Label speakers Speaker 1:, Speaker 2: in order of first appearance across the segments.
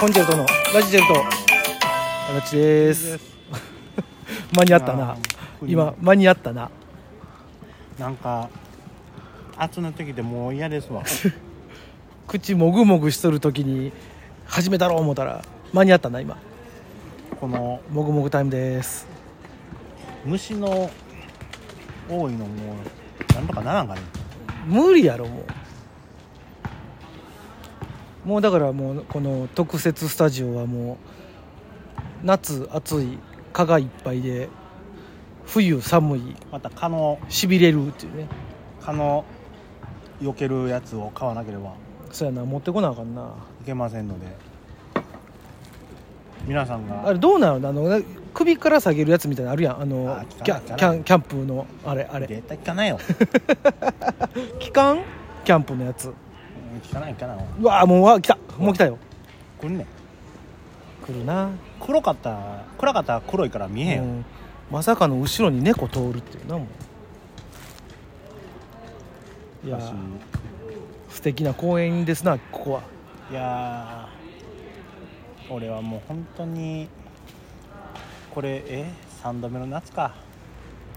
Speaker 1: コンチェルトのラジチェルト足立で
Speaker 2: いい
Speaker 1: す
Speaker 2: です
Speaker 1: 間に合ったな
Speaker 2: あー
Speaker 1: 今間に合ったな
Speaker 2: なんか暑なってきてもう嫌で すわ
Speaker 1: 口もぐもぐしとる時に始めたろう思ったら間に合ったな今
Speaker 2: この
Speaker 1: もぐもぐタイムです
Speaker 2: 虫の多いのもなんとかならんかね
Speaker 1: 無理やろもうもうだからもうこの特設スタジオはもう夏暑い蚊がいっぱいで冬寒い
Speaker 2: また蚊の
Speaker 1: しびれるっていうね
Speaker 2: 蚊の避けるやつを買わなければ
Speaker 1: そうやな持ってこなあかんない
Speaker 2: けませんので皆さん
Speaker 1: あ
Speaker 2: が
Speaker 1: れどうなのあの首から下げるやつみたいなのあるやんあの
Speaker 2: あ
Speaker 1: キャ
Speaker 2: 聞かな
Speaker 1: キ
Speaker 2: い
Speaker 1: ャンキャンプのあれあれ
Speaker 2: 絶対聞かな いよ
Speaker 1: 期間キャンプのやつ
Speaker 2: うん聞かない聞かないう
Speaker 1: わーもうわ来たもう来たよ
Speaker 2: これね
Speaker 1: 来るな、
Speaker 2: 黒かったら暗かったら黒いから見えへんよ、
Speaker 1: うんまさかの後ろに猫通るっていうなもういや
Speaker 2: だし
Speaker 1: ー素敵な公園ですなここはい
Speaker 2: やー俺はもう本当にこれえ3度目の夏か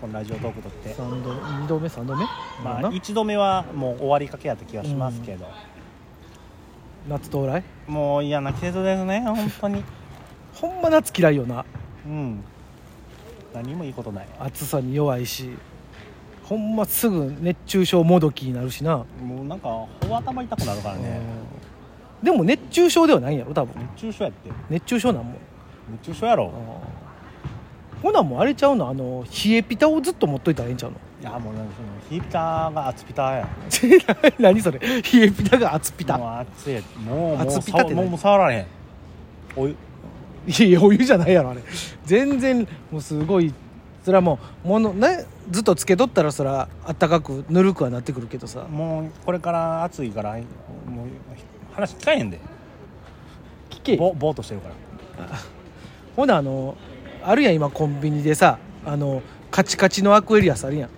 Speaker 2: このラジオトークとって
Speaker 1: 3度2度目3度目、
Speaker 2: ま
Speaker 1: ま
Speaker 2: あ
Speaker 1: あ、
Speaker 2: 1度目はもう終わりかけやった気がしますけど、
Speaker 1: 夏到来
Speaker 2: もう嫌な季節ですね本当に
Speaker 1: ほんま夏嫌いよな
Speaker 2: うん何もいいことない
Speaker 1: 暑さに弱いしほんますぐ熱中症もどきになるしな、
Speaker 2: もうなんかほ頭痛くなるからね
Speaker 1: うんでも熱中症ではないんやろ多分
Speaker 2: 熱中症やって
Speaker 1: 熱中症なんもん
Speaker 2: 熱中症やろ
Speaker 1: ほなもうあれちゃうのあの冷えピタをずっと持っといたらええんちゃうの
Speaker 2: いやもうなんかそのヒーピターが熱ピターや
Speaker 1: 何それ冷えピタが熱ピタ
Speaker 2: もう熱いもうもう
Speaker 1: 熱ピタって何
Speaker 2: もうもう触られへんお湯
Speaker 1: いやいやお湯じゃないやろあれ全然もうすごいそれはもうものねずっとつけとったらそらあったかくぬるくはなってくるけどさ
Speaker 2: もうこれから暑いからもう話聞かへんで
Speaker 1: 聞け
Speaker 2: ぼぼーっとしてるから
Speaker 1: ほなあのあるやん今コンビニでさあのカチカチのアクエリアスあるやん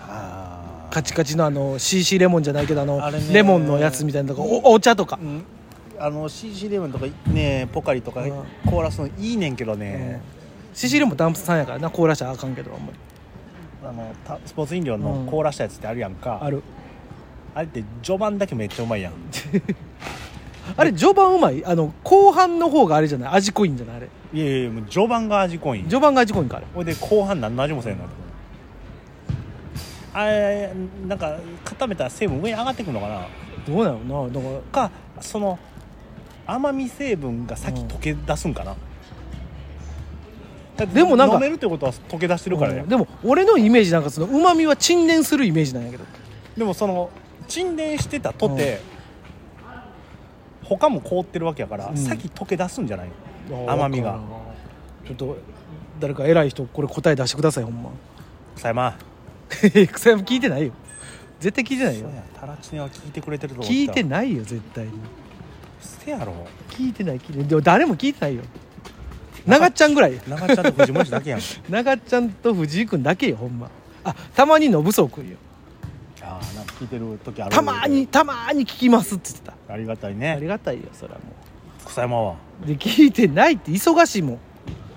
Speaker 2: あ
Speaker 1: カチカチのあの CC レモンじゃないけどあの
Speaker 2: あれね
Speaker 1: レモンのやつみたいなとこおお茶とか
Speaker 2: うんあの CC レモンとかねポカリとか
Speaker 1: うん
Speaker 2: コーラスのいいねんけどね、
Speaker 1: CC レモンダンプさんやからな凍らしちゃあかんけどあんまり
Speaker 2: あのたスポーツ飲料
Speaker 1: うん
Speaker 2: の凍らしたやつってあるやんか、
Speaker 1: ある
Speaker 2: あれって序盤だけめっちゃうまいやん
Speaker 1: あれ序盤うまいあの後半の方があれじゃない味濃いんじゃないあれ
Speaker 2: いやいやいやもう序盤が味濃いん
Speaker 1: 序盤が味濃いんかあれ
Speaker 2: ほいで後半何の味もせんのあれなんか固めた成分上に上がってくるのかな
Speaker 1: どうなのなだから
Speaker 2: かその甘み成分が先
Speaker 1: うん
Speaker 2: 溶け出すんかな、だって
Speaker 1: でもなんか
Speaker 2: 飲めるってことは溶け出してるからね、
Speaker 1: うんでも俺のイメージなんかそのうまみは沈殿するイメージなんやけど
Speaker 2: でもその沈殿してたとて、他も凍ってるわけやから、
Speaker 1: うん
Speaker 2: 先溶け出すんじゃないの甘みが
Speaker 1: わからんちょっと誰か偉い人これ答え出してくださいほんま
Speaker 2: 草山
Speaker 1: 草山聞いてないよ絶対聞いてない
Speaker 2: そ
Speaker 1: よ
Speaker 2: うやタラチネは聞いてくれてると思った
Speaker 1: 聞いてないよ絶対に
Speaker 2: せやろ
Speaker 1: 聞いてない聞いてないでも誰も聞いてないよ長っちゃんぐらい
Speaker 2: 長ちゃんと藤森だけ やん
Speaker 1: 長っちゃんと藤井君だけよほんまあたまに信宗君よ
Speaker 2: ああなんか聞いてる時ある
Speaker 1: たまーにたまーに聞きますって言ってた
Speaker 2: ありがたい
Speaker 1: あ
Speaker 2: ね
Speaker 1: りがたいよそれはも
Speaker 2: 草山は
Speaker 1: うで聞いてないって忙しいも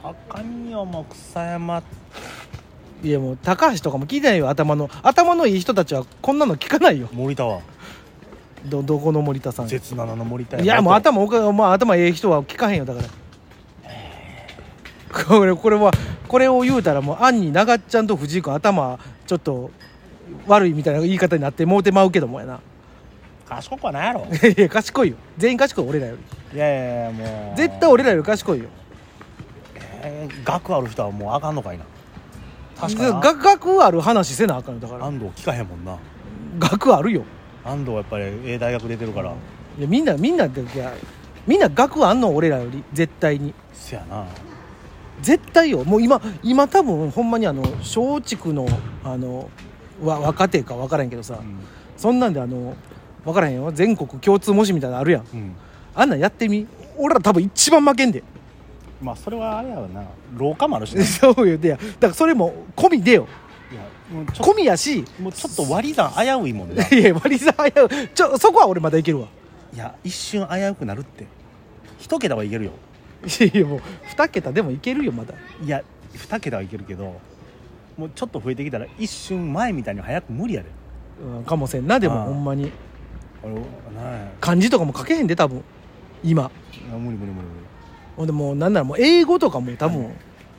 Speaker 2: あかんよもう草山
Speaker 1: んいやもう高橋とかも聞いてないよ頭の頭のいい人たちはこんなの聞かないよ
Speaker 2: 森田は
Speaker 1: どどこの森田さんい
Speaker 2: 絶七の森田
Speaker 1: やもう
Speaker 2: あた
Speaker 1: 頭おか、まあ、頭いい人は聞かへんよだからこれこれはこれを言うたらもう暗に長っちゃんと藤井君頭ちょっと悪いみたいな言い方になってもうてまうけどもやな
Speaker 2: 賢くはないやろ
Speaker 1: いや賢いよ全員賢い俺らより
Speaker 2: いやいやいやもう
Speaker 1: 絶対俺らより賢いよ
Speaker 2: えー学ある人はもうあかんのかいな確かに
Speaker 1: 学学ある話せなあかんよだから
Speaker 2: 安藤聞かへんもんな
Speaker 1: 学あるよ
Speaker 2: 安藤はやっぱりええ大学出てるから
Speaker 1: いやみんなみんなっていやみんな学あんの俺らより絶対に
Speaker 2: せやな
Speaker 1: 絶対よもう今今多分ほんまにあの松竹のあのわ若手か分からへんけどさ、
Speaker 2: うん、
Speaker 1: そんなんであの分からへんよ全国共通模試みたいなのあるやん
Speaker 2: うん
Speaker 1: あんなんやってみ俺ら多分一番負けんで
Speaker 2: まあそれはあれやろな廊下もあるしない
Speaker 1: そうよでやだからそれも込みでよ
Speaker 2: やもうちょ
Speaker 1: 込みやし
Speaker 2: もうちょっと割り算危ういもんない
Speaker 1: いや割り算早うちょそこは俺まだいけるわ
Speaker 2: や一瞬危うくなるって一桁はいけるよ
Speaker 1: いやいやもう2桁でもいけるよまだ
Speaker 2: いや二桁はいけるけどもうちょっと増えてきたら一瞬前みたいに早く無理やで
Speaker 1: うんかもせんなで
Speaker 2: あ
Speaker 1: も
Speaker 2: あ
Speaker 1: ほんまに
Speaker 2: あれね
Speaker 1: 漢字とかも書けへんで多分今
Speaker 2: いや無理無理無理
Speaker 1: ほんでもうなんならもう英語とかも多分
Speaker 2: 無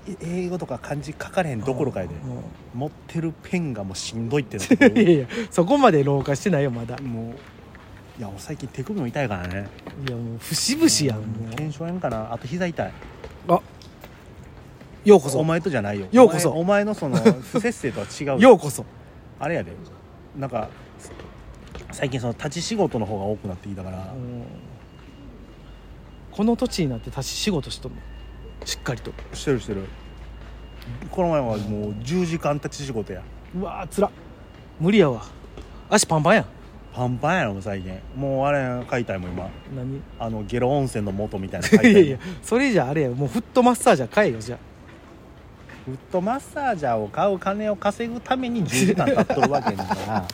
Speaker 2: 理え英語とか漢字書かれへんどころかやで
Speaker 1: うん
Speaker 2: 持ってるペンがもうしんどいってなって く
Speaker 1: いや
Speaker 2: る
Speaker 1: いやそこまで老化してないよまだ
Speaker 2: もういや俺最近手首も痛いからね
Speaker 1: いやもう節々やんも
Speaker 2: 腱鞘炎かなあと膝痛いう
Speaker 1: あようこそ
Speaker 2: お前とじゃないよ
Speaker 1: ようこそ
Speaker 2: お前お前の その不摂生とは違う
Speaker 1: ようこそ
Speaker 2: あれやでなんか最近その立ち仕事の方が多くなってきたから、
Speaker 1: うんこの土地になって立ち仕事しとんのしっかりと
Speaker 2: してるしてるこの前はもう10時間立ち仕事や
Speaker 1: うわーつら無理やわ足パンパンやん
Speaker 2: パンパンやろもう最近もうあれ解体もん今
Speaker 1: 何
Speaker 2: あのゲロ温泉の元みたいな
Speaker 1: い
Speaker 2: 解
Speaker 1: や
Speaker 2: 体
Speaker 1: いやそれじゃあれやもうフットマッサージャー買えよじゃ
Speaker 2: フットマッサージャーを買う金を稼ぐために10時間経っとるわけやから
Speaker 1: あ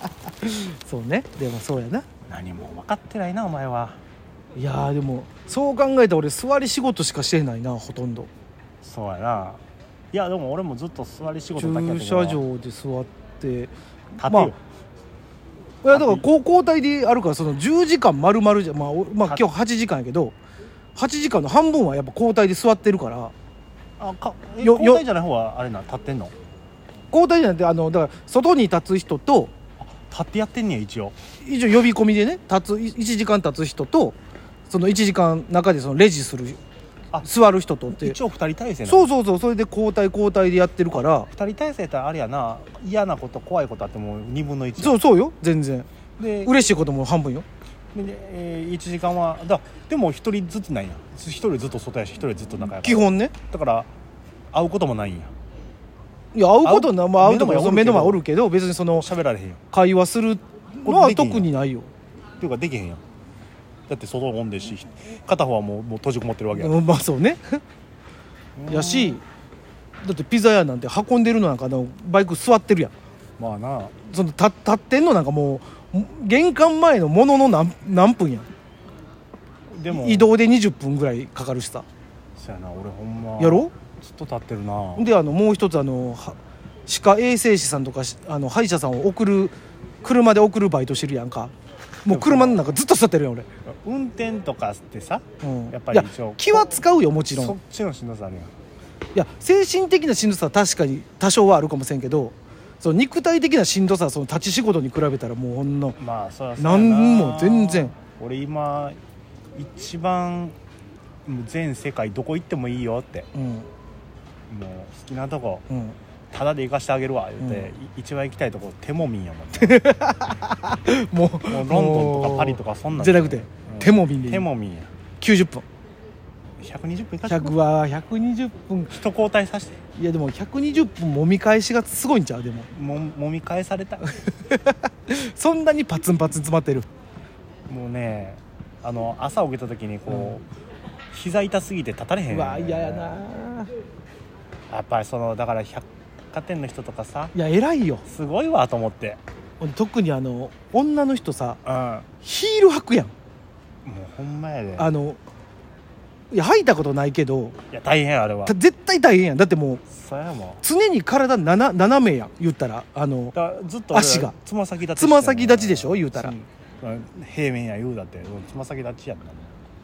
Speaker 1: そうねでもそうやな
Speaker 2: 何も分かってないなお前はい
Speaker 1: やーでもそう考えたら俺座り仕事しかしてないなほとんど
Speaker 2: そうやないやでも俺もずっと座り仕事だけや
Speaker 1: 駐
Speaker 2: ったけ
Speaker 1: 車
Speaker 2: ど
Speaker 1: 場で座って
Speaker 2: 立て
Speaker 1: まあ
Speaker 2: よ、
Speaker 1: いやだから高校帯であるからその10時間丸々じゃまあ、おまあ
Speaker 2: は
Speaker 1: 今日8時間やけど8時間の半分はやっぱ交代で座ってるから
Speaker 2: あ、かえ
Speaker 1: よよ
Speaker 2: 交代じゃない方はあれな立ってんの
Speaker 1: 交代じゃなくてあのだから外に立つ人と
Speaker 2: 立ってやってんねや一応
Speaker 1: 一応呼び込みでね立つい1時間立つ人とその1時間中でそのレジする
Speaker 2: あ
Speaker 1: 座る人とって
Speaker 2: 一応二人体制なの
Speaker 1: そうそうそうそれで交代交代でやってるから
Speaker 2: 二人体制やったらあれやな嫌なこと怖いことあってもう2分の1
Speaker 1: そうそうよ全然
Speaker 2: で
Speaker 1: 嬉しいことも半分よ
Speaker 2: で、え1時間はだでも一人ずつないな一人ずっと外やし一人ずっと中やから
Speaker 1: 基本ね
Speaker 2: だから会うこともないんや
Speaker 1: いや会うことな、まあ、会うと
Speaker 2: 目の前おる
Speaker 1: も
Speaker 2: けど
Speaker 1: 目の前おるけど別にその
Speaker 2: 喋られへんよ
Speaker 1: 会話するの
Speaker 2: こ
Speaker 1: は
Speaker 2: れできんやん
Speaker 1: 特にないよ
Speaker 2: っていうかできへんやんだって外おんでし片方はもうもう閉じこもってるわけや
Speaker 1: うんまあそうねやしだってピザ屋なんて運んでるのなんかあのバイク座ってるやん
Speaker 2: まあな
Speaker 1: その立立ってんのなんかもうも玄関前のものの何何分やん
Speaker 2: でも
Speaker 1: 移動で20分ぐらいかかるしさ
Speaker 2: そやな俺ほんま
Speaker 1: やろ
Speaker 2: ずっと立ってるな
Speaker 1: であのもう一つあのは歯科衛生士さんとかしあの歯医者さんを送る車で送るバイトしてるやんかもう車の中ずっと座ってるやん俺、
Speaker 2: 運転とかってさ
Speaker 1: うん、
Speaker 2: やっぱり
Speaker 1: い
Speaker 2: 一応
Speaker 1: 気は使うよもちろん
Speaker 2: そっちのしんどさあるやん
Speaker 1: いや精神的なしんどさは確かに多少はあるかもしれんけどその肉体的なしんどさはその立ち仕事に比べたらもうほんの
Speaker 2: まあそらそう
Speaker 1: な
Speaker 2: や
Speaker 1: んも全然
Speaker 2: 俺今一番もう全世界どこ行ってもいいよって
Speaker 1: うん
Speaker 2: もう好きなとこ
Speaker 1: うん
Speaker 2: タダで行かしてあげるわ言って、
Speaker 1: う
Speaker 2: い一番行きたいとこ手もみんやもん、
Speaker 1: もう
Speaker 2: もうロンドンとかパリとかそんなん
Speaker 1: じゃなくて手もみんでいい
Speaker 2: 手もみんや
Speaker 1: 90分
Speaker 2: 120分行かせて
Speaker 1: 100は120分
Speaker 2: 人交代させて
Speaker 1: いやでも120分もみ返しがすごいんちゃうでも
Speaker 2: ももみ返された
Speaker 1: そんなにパツンパツン詰まってる
Speaker 2: もうねあの朝起きた時にこう、膝痛すぎて立たれへん
Speaker 1: うわ嫌やな
Speaker 2: やっぱりそのだから百貨店の人とかさ
Speaker 1: いや偉いよ
Speaker 2: すごいわと思って
Speaker 1: 特にあの女の人さ
Speaker 2: うんも
Speaker 1: ヒール履くやん
Speaker 2: うほんまやで
Speaker 1: あのいや履いたことないけど
Speaker 2: いや大変あれは
Speaker 1: た絶対大変やんだってもう
Speaker 2: それはも
Speaker 1: 常に体斜斜めやん言ったらあの
Speaker 2: うだからずっと俺
Speaker 1: 足が
Speaker 2: つま先立ち
Speaker 1: つま先立ちでしょ言うたら
Speaker 2: うん平面や言うだってうんつま先立ちやんな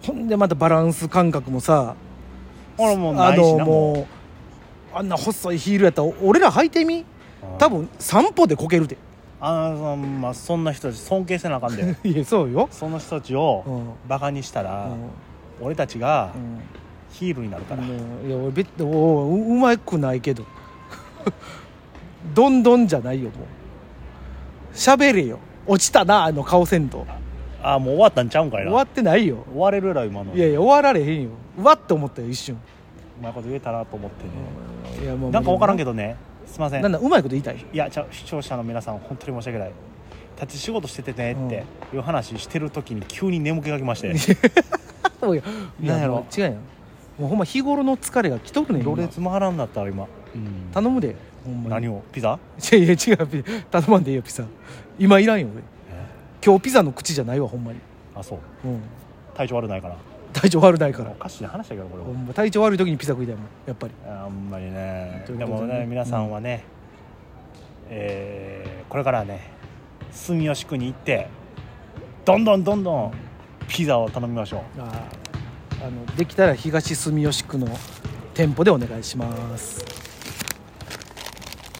Speaker 1: ほんでまたバランス感覚もさ
Speaker 2: 俺もうな
Speaker 1: あ
Speaker 2: いし
Speaker 1: の
Speaker 2: なも
Speaker 1: もうあんな細いヒールやったら俺ら履いてみ
Speaker 2: ううん
Speaker 1: 多分散歩でこけるで
Speaker 2: あのまあそんな人たち尊敬せなあか んで
Speaker 1: いやそうよ、
Speaker 2: その人たち
Speaker 1: う
Speaker 2: を
Speaker 1: ん
Speaker 2: バカにしたら
Speaker 1: うん
Speaker 2: 俺たちが
Speaker 1: うん
Speaker 2: ヒールになるから
Speaker 1: もういや俺べおうううまくないけど どんどんじゃないよもう喋れよ落ちたなあの顔せんと
Speaker 2: ああもう終わったんちゃうんかい
Speaker 1: 終
Speaker 2: な
Speaker 1: わ
Speaker 2: 終
Speaker 1: ってないよ
Speaker 2: われるやろ今の
Speaker 1: いやいや終わられへんようわって思ったよ一瞬
Speaker 2: うまいこと言えたなと思ってね
Speaker 1: いやもう
Speaker 2: なんか分からんけ
Speaker 1: ど
Speaker 2: どねすいません
Speaker 1: なんだうまいこと言いたい
Speaker 2: いやじゃあ視聴者の皆さん本当に申し訳ない立ち仕事しててねっていう話してる時に急に眠気がきまして
Speaker 1: いや
Speaker 2: なんやろ
Speaker 1: もう違うやんもうほんま日頃の疲れがきとるねん
Speaker 2: ろ
Speaker 1: 今
Speaker 2: れつ回らんなったら今、うん
Speaker 1: 頼むでほんま
Speaker 2: 何
Speaker 1: を
Speaker 2: をピザ
Speaker 1: いやいや違うピ頼まんでいいよピザ今いらんよ俺今日ピザの口じゃないわほんまに
Speaker 2: あそう
Speaker 1: うん
Speaker 2: 体調悪ないから
Speaker 1: 体調悪ないから
Speaker 2: おかしい話だけどこれ
Speaker 1: ほんま体調悪い時にピザ食いたいもんやっぱり
Speaker 2: あんまりね
Speaker 1: という
Speaker 2: で
Speaker 1: ことでね
Speaker 2: もね皆さんはね、えーこれからはね住吉区に行ってどんどんどんどんピザを頼みましょう
Speaker 1: あーあのできたら東住吉区の店舗でお願いします